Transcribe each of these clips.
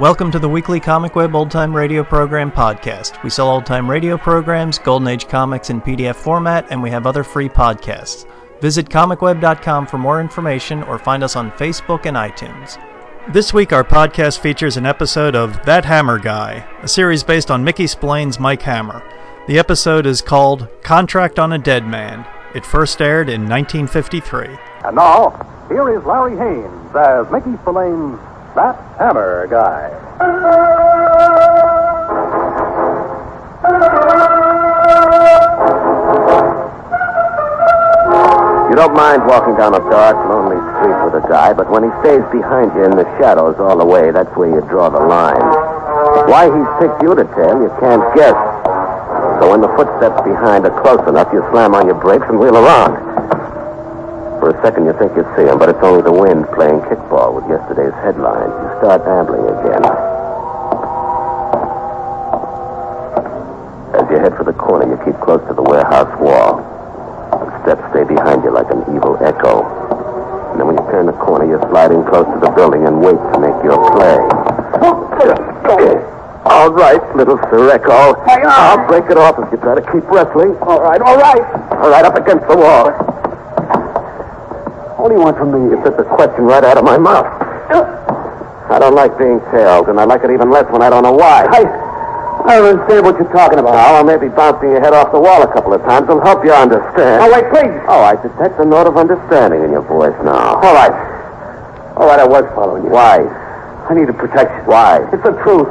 Welcome to the weekly Comic Web Old Time Radio Program podcast. We sell old time radio programs, Golden Age comics in PDF format, and we have other free podcasts. Visit comicweb.com for more information or find us on Facebook and iTunes. This week, our podcast features an episode of That Hammer Guy, a series based on Mickey Splain's Mike Hammer. The episode is called Contract on a Dead Man. It first aired in 1953. And now, here is Larry Haynes as Mickey Spillane's That Hammer Guy. You don't mind walking down a dark, lonely street with a guy, but when he stays behind you in the shadows all the way, that's where you draw the line. Why he's picked you to tail, you can't guess. So when the footsteps behind are close enough, you slam on your brakes and wheel around. For a second, you think you see him, but it's only the wind playing kickball with yesterday's headlines. You start ambling again. As you head for the corner, you keep close to the warehouse wall. The steps stay behind you like an evil echo. And then when you turn the corner, you're sliding close to the building and wait to make your play. Oh, All right, little Sireko. Hang on. I'll break it off if you try to keep wrestling. uh, All right, all right. All right, up against the wall. What do you want from me? You took the question right out of my mouth. Oh. I don't like being tailed, and I like it even less when I don't know why. I, I don't understand what you're talking about. Now, maybe bouncing your head off the wall a couple of times will help you understand. Oh, wait, please. Oh, I detect a note of understanding in your voice now. All right. All right, Oh, I was following you. Why? I needed protection. Why? It's the truth.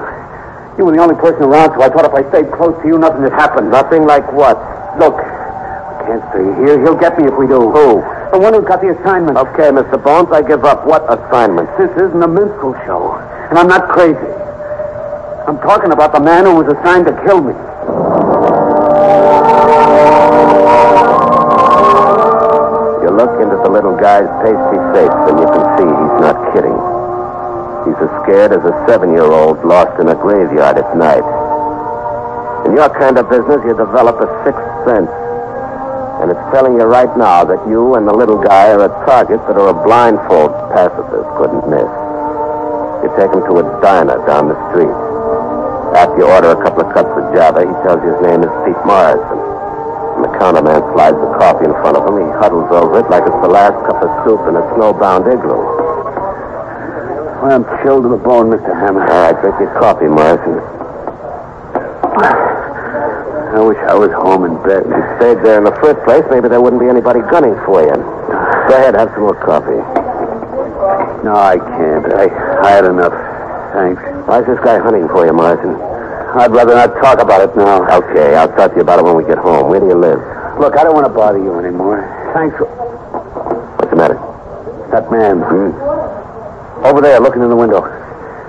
You were the only person around, so I thought if I stayed close to you, nothing would happen. Nothing like what? Look, I can't stay here. He'll get me if we do. Who? The one who got the assignment. Okay, Mr. Bones, I give up. What assignment? This isn't a minstrel show, and I'm not crazy. I'm talking about the man who was assigned to kill me. You look into the little guy's pasty face, and you can see he's not kidding. He's as scared as a seven-year-old lost in a graveyard at night. In your kind of business, you develop a sixth sense. And it's telling you right now that you and the little guy are a target that are a blindfold pacifist couldn't miss. You take him to a diner down the street. After you order a couple of cups of Java, he tells you his name is Pete Morrison. And the counterman slides the coffee in front of him. He huddles over it like it's the last cup of soup in a snowbound igloo. I'm chilled to the bone, Mr. Hammer. All right, drink your coffee, Morrison. I wish I was home in bed. If you stayed there in the first place, maybe there wouldn't be anybody gunning for you. Go ahead, have some more coffee. No, I can't. I, I had enough. Thanks. Why's this guy hunting for you, Morrison? I'd rather not talk about it now. Okay, I'll talk to you about it when we get home. Where do you live? Look, I don't want to bother you anymore. Thanks for What's the matter? that man. Hmm? Over there, looking in the window.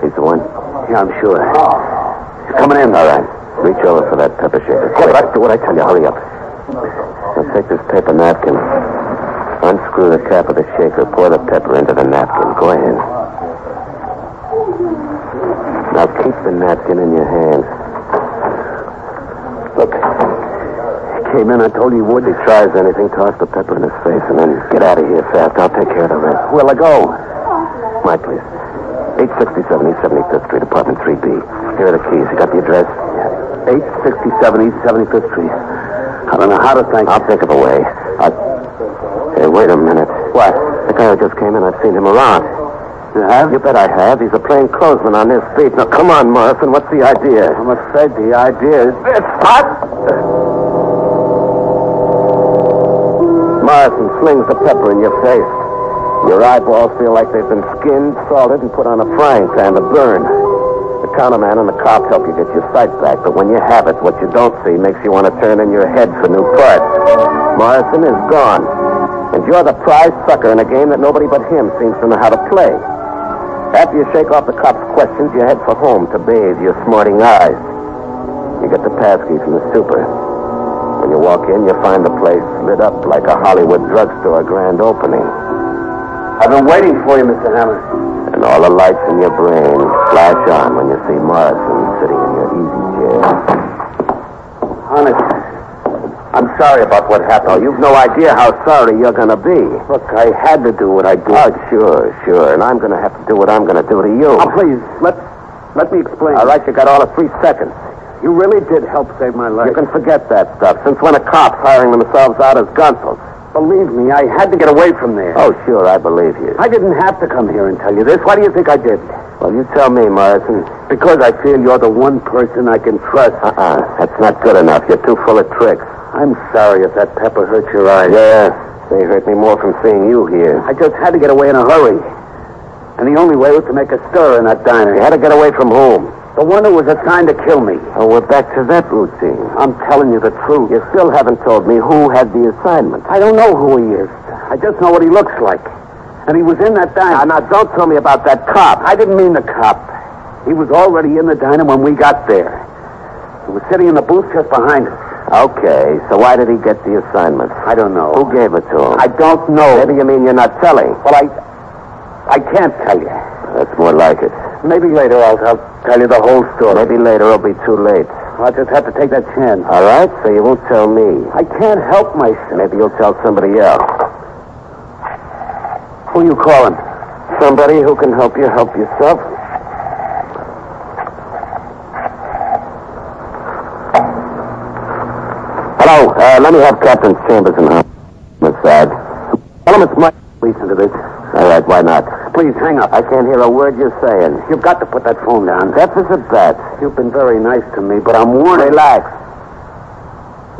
He's the one. Yeah, I'm sure. He's coming in. All right. Reach over for that pepper shaker. Quick. Do what I tell you. Hurry up. Now take this paper napkin. Unscrew the cap of the shaker. Pour the pepper into the napkin. Go ahead. Now keep the napkin in your hand. Look. He came in. I told you he would. If he tries anything, toss the pepper in his face and then get out of here fast. I'll take care of the rest. Where'll I go? My place. 867 East 75th Street, apartment 3B. Here are the keys. You got the address? 867 East 75th Street. I don't know how to thank I'll think of a way. I... Hey, wait a minute. What? The guy who just came in, I've seen him around. you. Have? You bet I have. He's a plain clothesman on this beat. Now, come on, Morrison. What's the idea? I'm afraid the idea is this. Morrison slings the pepper in your face. Your eyeballs feel like they've been skinned, salted, and put on a frying pan to burn. The counterman and the cop help you get your sight back, but when you have it, what you don't see makes you want to turn in your head for new parts. Morrison is gone, and you're the prize sucker in a game that nobody but him seems to know how to play. After you shake off the cop's questions, you head for home to bathe your smarting eyes. You get the passkey from the super. When you walk in, you find the place lit up like a Hollywood drugstore grand opening, I've been waiting for you, Mr. Hammer. and all the lights in your brain flash on when you see Morrison sitting in your easy chair. Honest. I'm sorry about what happened. Oh, you've no idea how sorry you're going to be. Look, I had to do what I did. Oh, sure, sure, and I'm going to have to do what I'm going to do to you. Oh, please, let's Let me explain. All right, you got all of three seconds. You really did help save my life. You can forget that stuff. Since when are cops hiring themselves out as gonzos? Believe me, I had to get away from there. Oh, sure, I believe you. I didn't have to come here and tell you this. Why do you think I did? Well, you tell me, Morrison. Because I feel you're the one person I can trust. Uh-uh, that's not good enough. You're too full of tricks. I'm sorry if that pepper hurt your eyes. Yeah, they hurt me more from seeing you here. I just had to get away in a hurry. And the only way was to make a stir in that diner. You had to get away from whom? The one who was assigned to kill me. Oh, we're back to that routine. I'm telling you the truth. You still haven't told me who had the assignment. I don't know who he is. I just know what he looks like. And he was in that diner. Now, now, don't tell me about that cop. I didn't mean the cop. He was already in the diner when we got there. He was sitting in the booth just behind us. Okay, so why did he get the assignment? I don't know. Who gave it to him? I don't know. Maybe you mean you're not telling. Well, I. I can't tell you. That's more like it. Maybe later I'll, I'll tell you the whole story. Maybe later it'll be too late. I'll just have to take that chance. All right, so you won't tell me. I can't help myself. Maybe you'll tell somebody else. Who you calling? Somebody who can help you help yourself. Hello, uh, let me have Captain Chambers in homicide. Tell him it's Mike. Listen to this. All right, why not? Please hang up. I can't hear a word you're saying. You've got to put that phone down. Death is a bet. You've been very nice to me, but I'm warning. Relax.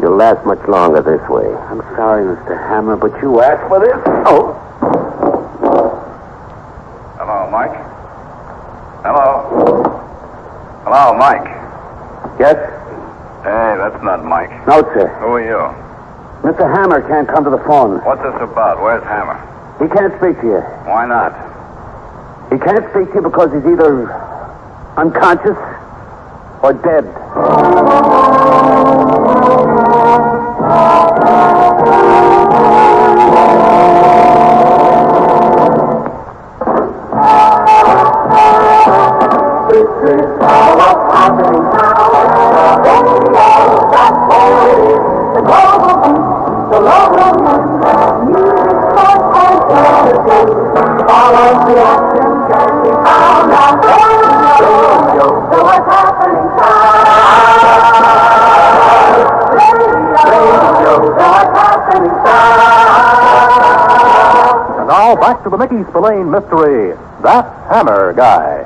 You'll last much longer this way. I'm sorry, Mr. Hammer, but you asked for this. Oh. Hello, Mike. Hello. Hello, Mike. Yes? Hey, that's not Mike. No, sir. Who are you? Mr. Hammer can't come to the phone. What's this about? Where's Hammer? He can't speak to you. Why not? He can't speak to you because he's either unconscious or dead. And now back to the Mickey Spillane mystery, That Hammer Guy.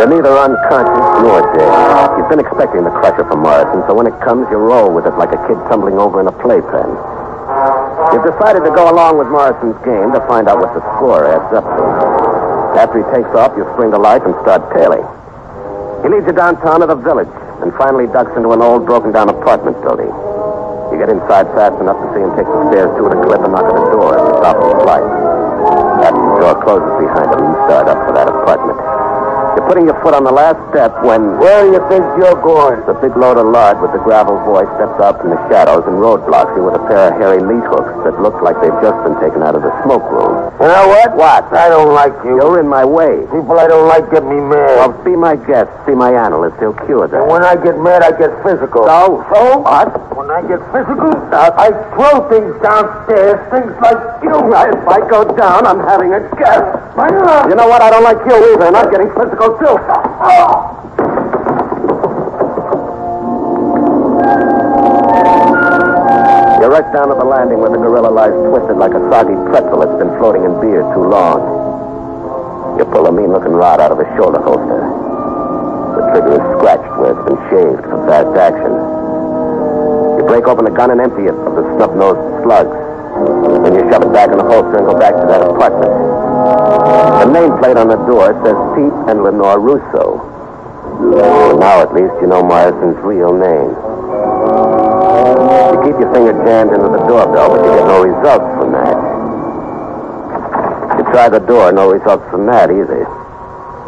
You're neither unconscious nor dead. You've been expecting the crusher from Morrison, so when it comes, you roll with it like a kid tumbling over in a playpen. You've decided to go along with Morrison's game to find out what the score adds up to. After he takes off, you spring to life and start tailing. He leads you downtown to the village and finally ducks into an old, broken down apartment building. You get inside fast enough to see him take the stairs to it a clip and knock at the door at the top of the flight. After the door closes behind him, you start up for that apartment. You're putting your foot on the last step when. Where you think you're going? The big load of lard with the gravel boy steps out from the shadows and roadblocks you with a pair of hairy lead hooks that look like they've just been taken out of the smoke room. You know what? What? I don't like you. You're in my way. People I don't like get me mad. Well, be my guest. See my analyst. He'll cure that. and when I get mad, I get physical. So? So? What? When I get physical, I throw things downstairs, things like you. If I go down, I'm having a guest. My God. You know what? I don't like you either, and I'm getting physical too. Oh! You rush down to the landing where the gorilla lies twisted like a soggy pretzel that's been floating in beer too long. You pull a mean-looking rod out of his shoulder holster. The trigger is scratched where it's been shaved for fast action. You break open the gun and empty it of the snub-nosed slugs. Then you shove it back in the holster and go back to that apartment. The nameplate on the door says Pete and Lenore Russo. Well, now at least you know Morrison's real name. You keep your finger jammed into the doorbell, but you get no results from that. You try the door, no results from that either.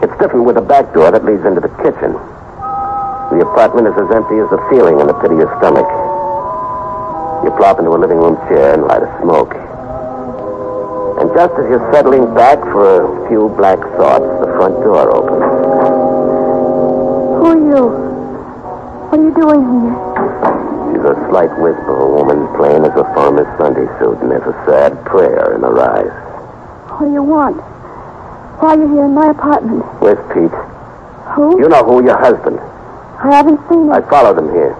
It's different with the back door that leads into the kitchen. The apartment is as empty as the feeling in the pit of your stomach. You plop into a living room chair and light a smoke. And just as you're settling back for a few black thoughts, the front door opens. Who are you? What are you doing here? She's a slight wisp of a woman plain as a farmer's Sunday suit, and there's a sad prayer in her eyes. What do you want? Why are you here in my apartment? Where's Pete? Who? You know who, your husband. I haven't seen I him. followed him here.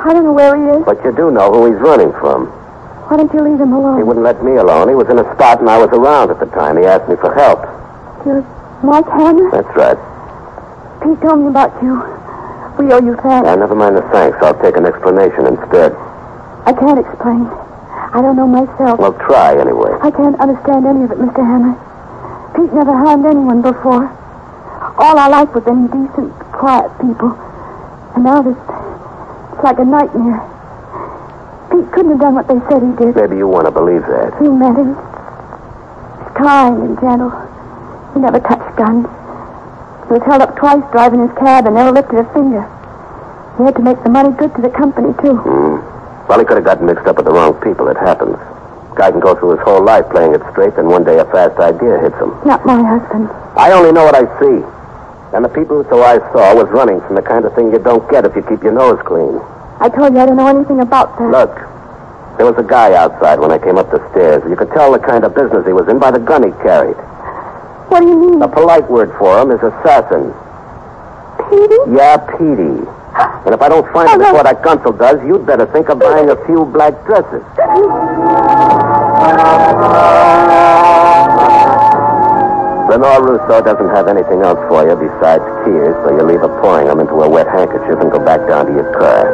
I don't know where he is. But you do know who he's running from. Why don't you leave him He alone? wouldn't let me alone. He was in a spot and I was around at the time. He asked me for help. You're Mike Hammer? That's right. Pete told me about you. We owe you thanks. Yeah, never mind the thanks. I'll take an explanation instead. I can't explain. I don't know myself. Well, try anyway. I can't understand any of it, Mr. Hammer. Pete never harmed anyone before. All our life we've been decent, quiet people. And now this, it's like a nightmare. Pete couldn't have done what they said he did. Maybe you want to believe that. You met him. He's kind and gentle. He never touched guns. He was held up twice driving his cab and never lifted a finger. He had to make the money good to the company, too. Hmm. Well, he could have gotten mixed up with the wrong people. It happens. Guy can go through his whole life playing it straight, then one day a fast idea hits him. Not my husband. I only know what I see. And the people who I saw was running from the kind of thing you don't get if you keep your nose clean. I told you I don't know anything about that. Look, there was a guy outside when I came up the stairs. You could tell the kind of business he was in by the gun he carried. What do you mean? A polite word for him is assassin. Petey? Yeah, Petey. And if I don't find Oh, him no. before that consul does, you'd better think of buying a few black dresses. Lenore Rousseau doesn't have anything else for you besides tears, so you leave her pouring them into a wet handkerchief and go back down to your car.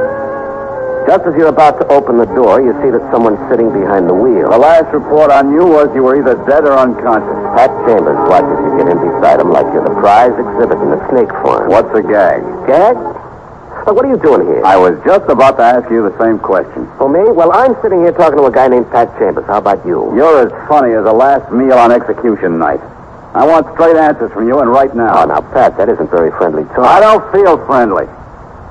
Just as you're about to open the door, you see that someone's sitting behind the wheel. The last report on you was you were either dead or unconscious. Pat Chambers watches you get in beside him like you're the prize exhibit in a snake farm. What's the gag? Gag? Look, what are you doing here? I was just about to ask you the same question. For me? Well, I'm sitting here talking to a guy named Pat Chambers. How about you? You're as funny as a last meal on execution night. I want straight answers from you, and right Oh, now. now, Pat, that isn't very friendly I talk. don't feel friendly.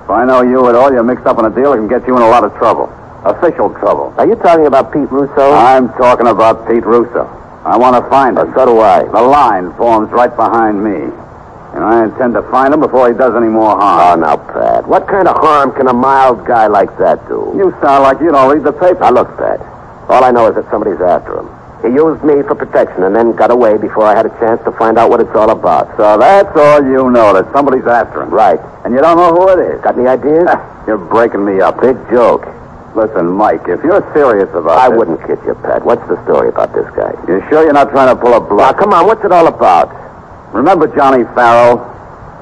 If I know you at all, you're mixed up in a deal that can get you in a lot of trouble. Official trouble. Are you talking about Pete Russo? I'm talking about Pete Russo. I want to find Uh, him. so do I. The line forms right behind me. And I intend to find him before he does any more Oh, harm. now, Pat, what kind of harm can a mild guy like that do? You sound like you don't read the paper. Now, look, Pat, all I know is that somebody's after him. He used me for protection and then got away before I had a chance to find out what it's all about. So that's all you know, that somebody's after him. Right. And you don't know who it is. Ah, Got any ideas? You're breaking me up. Big joke. Listen, Mike, if you're serious about I this, wouldn't kid you, Pat. What's the story about this guy? You sure you're not trying to pull a Now, bluff? come on, what's it all about? Remember Johnny Farrell?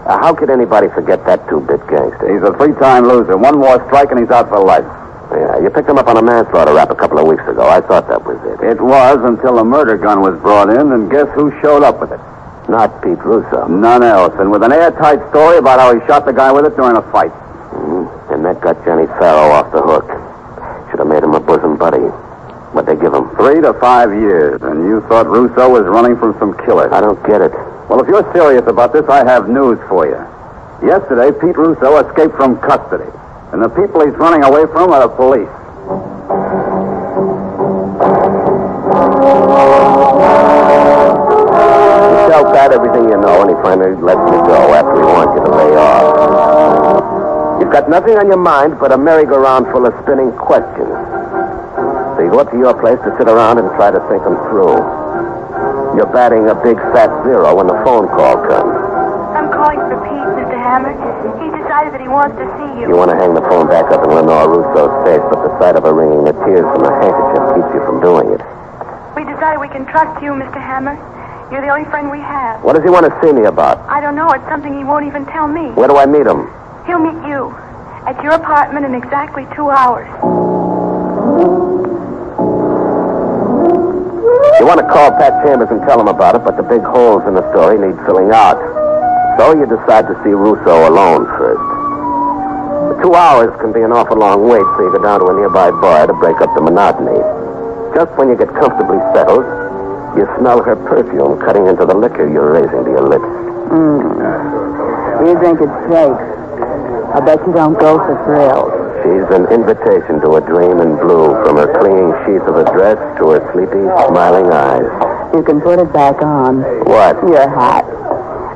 Uh, how could anybody forget that two-bit gangster? He's a three-time loser. One more strike and he's out for life. Yeah, you picked him up on a manslaughter rap a couple of weeks ago. I thought that was it. It was until the murder gun was brought in, and guess who showed up with it? Not Pete Russo. None else. And with an airtight story about how he shot the guy with it during a fight. Mm, And that got Johnny Farrow off the hook. Should have made him a bosom buddy. What'd they give him? Three to five years, and you thought Russo was running from some killer. I don't get it. Well, if you're serious about this, I have news for you. Yesterday, Pete Russo escaped from custody, and the people he's running away from are the police. You tell Pat everything you know, and he finally lets you go after he wants you to lay off. You've got nothing on your mind but a merry-go-round full of spinning questions. So you go up to your place to sit around and try to think them through. You're batting a big fat zero when the phone call comes. I'm calling for Pete, Mr. Hammer. He decided that he wants to see You you. want to hang the phone back up in Lenore Russo's face, but the sight of her wringing the tears from her handkerchief keeps you from doing it. We decided we can trust you, Mr. Hammer. You're the only friend we have. What does he want to see me about? I don't know. It's something he won't even tell me. Where do I meet him? He'll meet you at your apartment in exactly two hours. You want to call Pat Chambers and tell him about it, but the big holes in the story need filling out. So you decide to see Russo alone first. The two hours can be an awful long wait, so you go down to a nearby bar to break up the monotony. Just when you get comfortably settled, you smell her perfume cutting into the liquor you're raising to your lips. You think it's safe. I bet you don't go for thrills. She's an invitation to a dream in blue, from her clinging sheath of a dress to her sleepy, smiling eyes. You can put it back on. What? Your hat.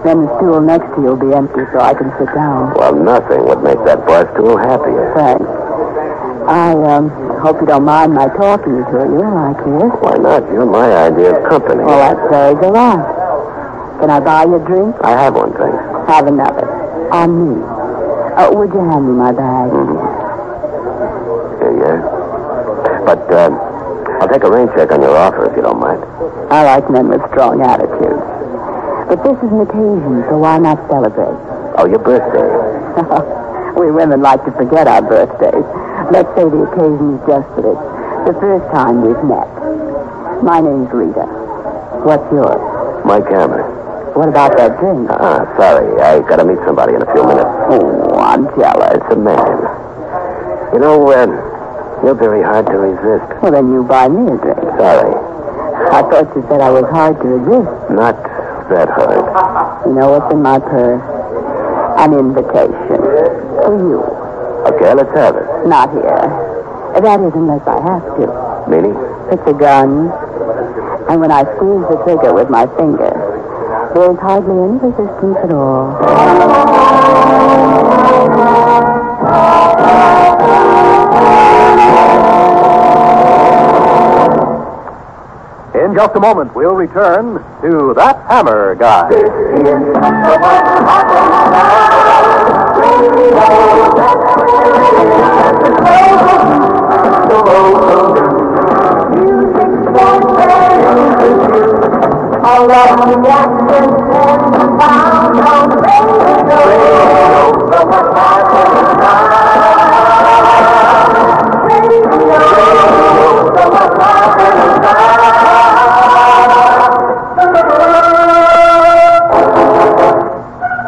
Then the stool next to you will be empty so I can sit down. Well, nothing would make that bar stool happier. Thanks. I um, hope you don't mind my talking to you like this. Why not? You're my idea of company. Well, that says a lot. Can I buy you a drink? I have one, thanks. Have another. On me. Uh, would you hand me my bag? Mhm. Yeah, yeah. But um, I'll take a rain check on your offer if you don't mind. I like men with strong attitudes. But this is an occasion, so why not celebrate? Oh, your birthday. we women like to forget our birthdays. Let's say the occasion is just that it's the first time we've met. My name's Rita. What's yours? Mike Hammer. What about that drink? Ah, sorry. I gotta meet somebody in a few minutes. Oh, I'm jealous. It's a man. You know, um, you're very hard to resist. Well, then you buy me a drink. Sorry. I thought you said I was hard to resist. Not that hard. You know what's in my purse? An invitation. For you. Okay, let's have it. Not here. That is, unless I have to. Meaning? It's a gun. And when I squeeze the trigger with my finger, there's hardly any resistance at all. In just a moment, we'll return to That Hammer Guy.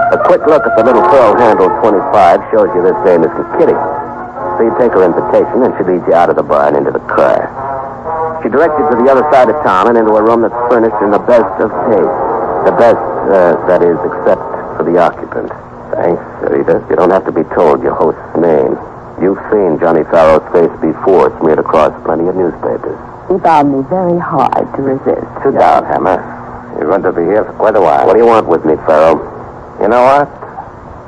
A quick look at the little pearl handle 25 shows you this dame is a kitty. So you take her invitation and she leads you out of the bar and into the car. She directs you to the other side of town and into a room that's furnished in the best of taste. The best, uh, that is, except for the occupant. Thanks, Rita. You don't have to be told your host's name. You've seen Johnny Farrow's face before smeared across plenty of newspapers. He found me very hard to resist. Sit down, Hammer. You're going to be here for quite a while. What do you want with me, Farrell? You know what?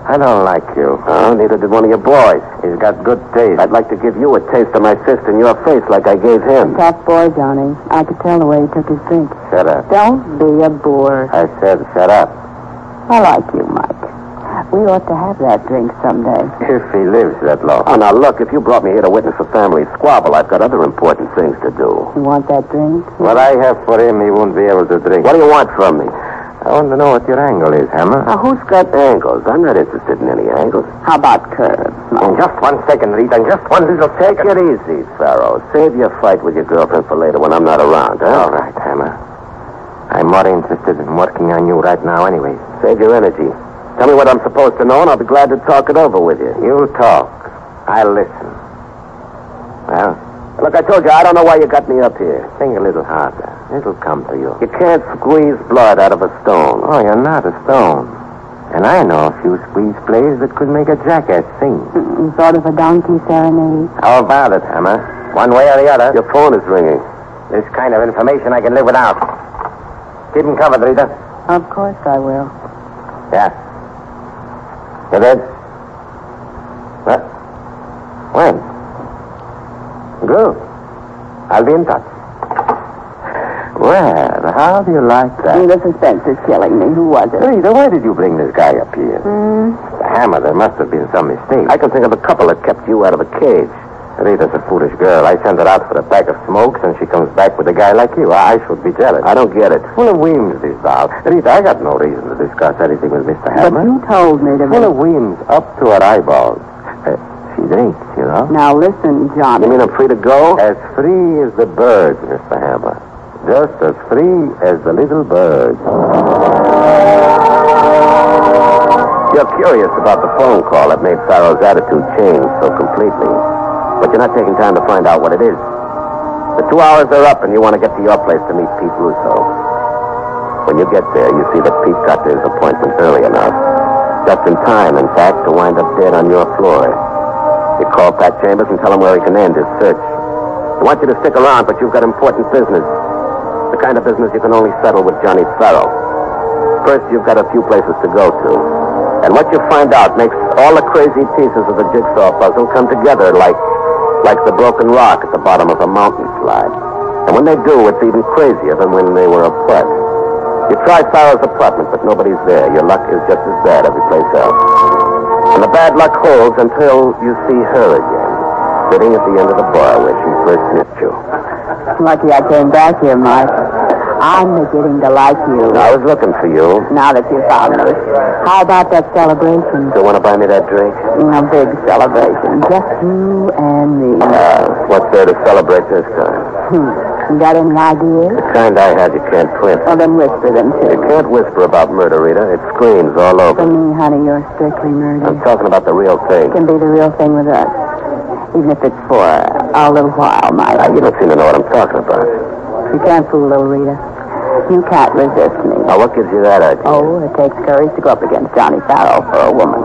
I don't like you. Oh, neither did one of your boys. He's got good taste. I'd like to give you a taste of my fist in your face like I gave him. Tough boy, Johnny. I could tell the way he took his drink. Shut up. Don't be a bore. I said shut up. I like you, Mike. We ought to have that drink someday. If he lives that long. Oh, now look, if you brought me here to witness a family squabble, I've got other important things to do. You want that drink? What I have for him, he won't be able to drink. What do you want from me? I want to know what your angle is, Hammer. Now, who's got angles? I'm not interested in any angles. How about curves? In just one second, Rita. In just one little second. Take it easy, Pharaoh. Save your fight with your girlfriend for later when I'm not around, huh? All right, Hammer. I'm more interested in working on you right now anyway. Save your energy. Tell me what I'm supposed to know, and I'll be glad to talk it over with you. You talk. I listen. Well? Look, I told you, I don't know why you got me up here. Think a little harder. It'll come to you. You can't squeeze blood out of a stone. Oh, you're not a stone. And I know a few squeeze plays that could make a jackass sing. Mm, Sort of a donkey serenade. How about it, Hammer? One way or the other. Your phone is ringing. This kind of information I can live without. Keep him covered, Rita. Of course I will. Yeah. You did? What? When? Good. I'll be in touch. Well, how do you like that? Mm, The suspense is killing me. Who was it? Rita, why did you bring this guy up here? The hammer, there must have been some mistake. Hmm. I can think of a couple that kept you out of a cage. Rita's a foolish girl. I send her out for a pack of smokes, and she comes back with a guy like you. I I should be jealous. I don't get it. Full of whims, this doll. Rita, I got no reason to discuss anything with Mr. But Hammer. you told me to Full ring. of whims, up to her eyeballs. Uh, she drinks, you know. Now listen, Johnny. You mean I'm free to go? As free as the bird, Mr. Hammer. Just as free as the little bird. You're curious about the phone call that made Farrell's attitude change so completely. But you're not taking time to find out what it is. The two hours are up, and you want to get to your place to meet Pete Russo. When you get there, you see that Pete got to his appointment early enough. Just in time, in fact, to wind up dead on your floor. You call Pat Chambers and tell him where he can end his search. He wants you to stick around, but you've got important business. The kind of business you can only settle with Johnny Farrell. First, you've got a few places to go to. And what you find out makes all the crazy pieces of the jigsaw puzzle come together like like the broken rock at the bottom of a mountain slide. And when they do, it's even crazier than when they were apart. You try Farrell's apartment, but nobody's there. Your luck is just as bad every place else. And the bad luck holds until you see her again, sitting at the end of the bar where she first met you. Lucky I came back here, Mike. I'm beginning to like you. I was looking for you. Now that you found me. How about that celebration? You want to buy me that drink? A big celebration. Just you and me. Uh, what's there to celebrate this time? Hmm. You got any ideas? The kind I had, you can't twist. Well, then whisper them to You me. can't whisper about murder, Rita. It screams all For over. me, honey, you're strictly murder. I'm talking about the real thing. It can be the real thing with us. Even if it's for a little while, Mike. Now, you don't seem to know what I'm talking about. You can't fool little Rita. You can't resist me. Now, what gives you that idea? Oh, it takes courage to go up against Johnny Farrell for a woman.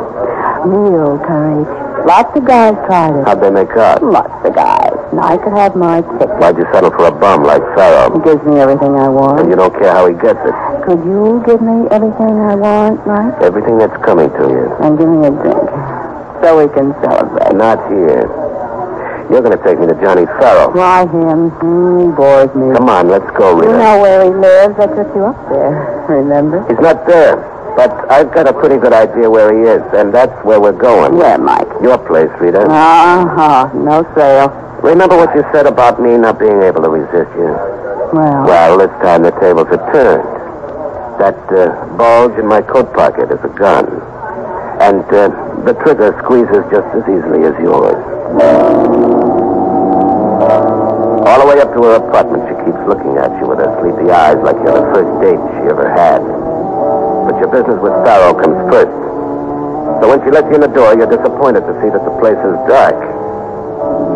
Real courage. Lots of guys tried it. How'd they make out? Lots of guys. And I could have my pick. Why'd you settle for a bum like Farrell? He gives me everything I And want. you don't care how he gets it. Could you give me everything I want, Mike? Everything that's coming to you. And give me a drink. So we can celebrate. Not here. You're going to take me to Johnny Farrell. Why him? Hmm, he bores me. Come on, let's go, You Rita. know where he lives. I took you up there. Remember? He's not there. But I've got a pretty good idea where he is, and that's where we're going. Where, Mike? Your place, Rita. Uh-huh. No sale. Remember what you said about me not being able to resist you? Well, Well, this time the tables are turned. That uh, bulge in my coat pocket is a gun. And uh, the trigger squeezes just as easily as yours. All the way up to her apartment, she keeps looking at you with her sleepy eyes like you're the first date she ever had. But your business with Farrow comes first. So when she lets you in the door, you're disappointed to see that the place is dark.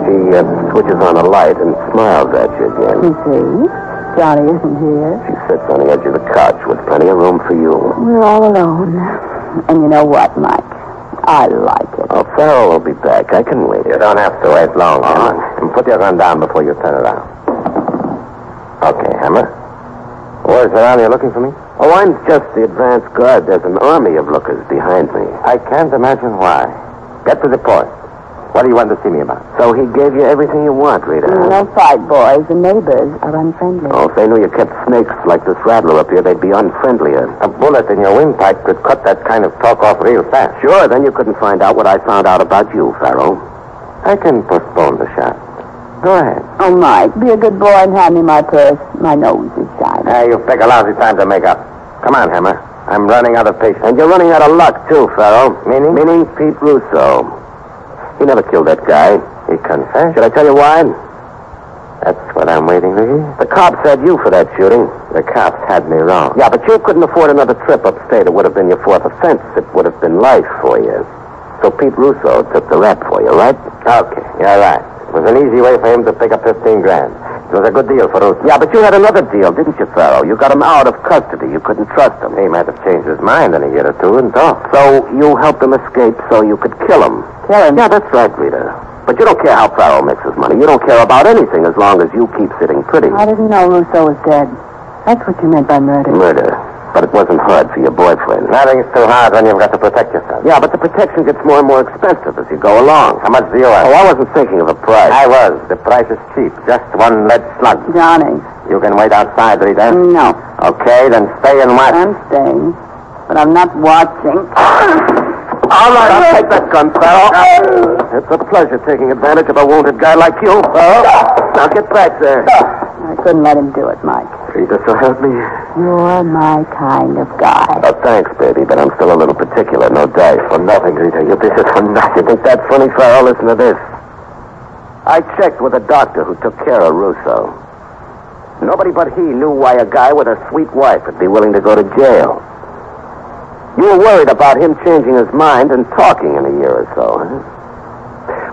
She uh, switches on a light and smiles at you again. you see, Johnny isn't here. She sits on the edge of the couch with plenty of room for you. We're all alone. And you know what, Mike? I like it. Oh, Farrell will be back. I can wait. You don't have to wait long, Emma. And put your gun down before you turn it out. Okay, Emma. Where's the army looking for me? Oh, I'm just the advance guard. There's an army of lookers behind me. I can't imagine why. Get to the point. What do you want to see me about? So he gave you everything you want, Rita. You don't fight, boys. The neighbors are unfriendly. Oh, if they knew you kept snakes like this rattler up here, they'd be unfriendlier. A bullet in your windpipe could cut that kind of talk off real fast. Sure, then you couldn't find out what I found out about you, Farrell. I can postpone the shot. Go ahead. Oh, Mike, be a good boy and hand me my purse. My nose is shiny. Now you pick Ah, a lousy time to make up. Come on, Hammer. I'm running out of patience. And you're running out of luck, too, Farrell. Meaning? Meaning Pete Russo. He never killed that guy. He confessed. Should I tell you why? That's what I'm waiting to hear. The cops had you for that shooting. The cops had me wrong. Yeah, but you couldn't afford another trip upstate. It would have been your fourth offense. It would have been life for you. So Pete Russo took the rap for you, right? Okay, you're right. It was an easy way for him to pick up 15 grand. It was a good deal for Russo. Yeah, but you had another deal, didn't you, Farrow? You got him out of custody. You couldn't trust him. He might have changed his mind in a year or two and talked. So you helped him escape so you could kill him. Kill him? Yeah, that's right, Rita. But you don't care how Farrow makes his money. You don't care about anything as long as you keep sitting pretty. I didn't know Russo was dead. That's what you meant by murder. Murder. But it wasn't hard for your boyfriend. Nothing's too hard when you've got to protect yourself. Yeah, but the protection gets more and more expensive as you go along. How much do you want? Oh, I wasn't thinking of a price. I was. The price is cheap. Just one lead slug. Johnny. You can wait outside, Rita. No, Okay, then stay and watch. I'm staying. But I'm not watching. All right, I'll take that gun, Farrell. It's a pleasure taking advantage of a wounded guy like you, Farrell. Now get back there. I couldn't let him do it, Mike. Rita, so help me. You're my kind of guy. Oh, thanks, baby, but I'm still a little particular, no dice. For nothing, Rita. You did it for nothing. You think that's funny, Farrell? Listen to this. I checked with a doctor who took care of Russo. Nobody but he knew why a guy with a sweet wife would be willing to go to jail. You were worried about him changing his mind and talking in a year or so, huh?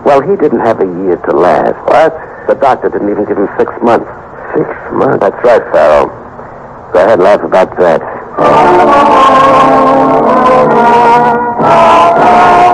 Well, he didn't have a year to last. What? The doctor didn't even give him six months. Six months? That's right, Farrell. Go ahead, laugh about that.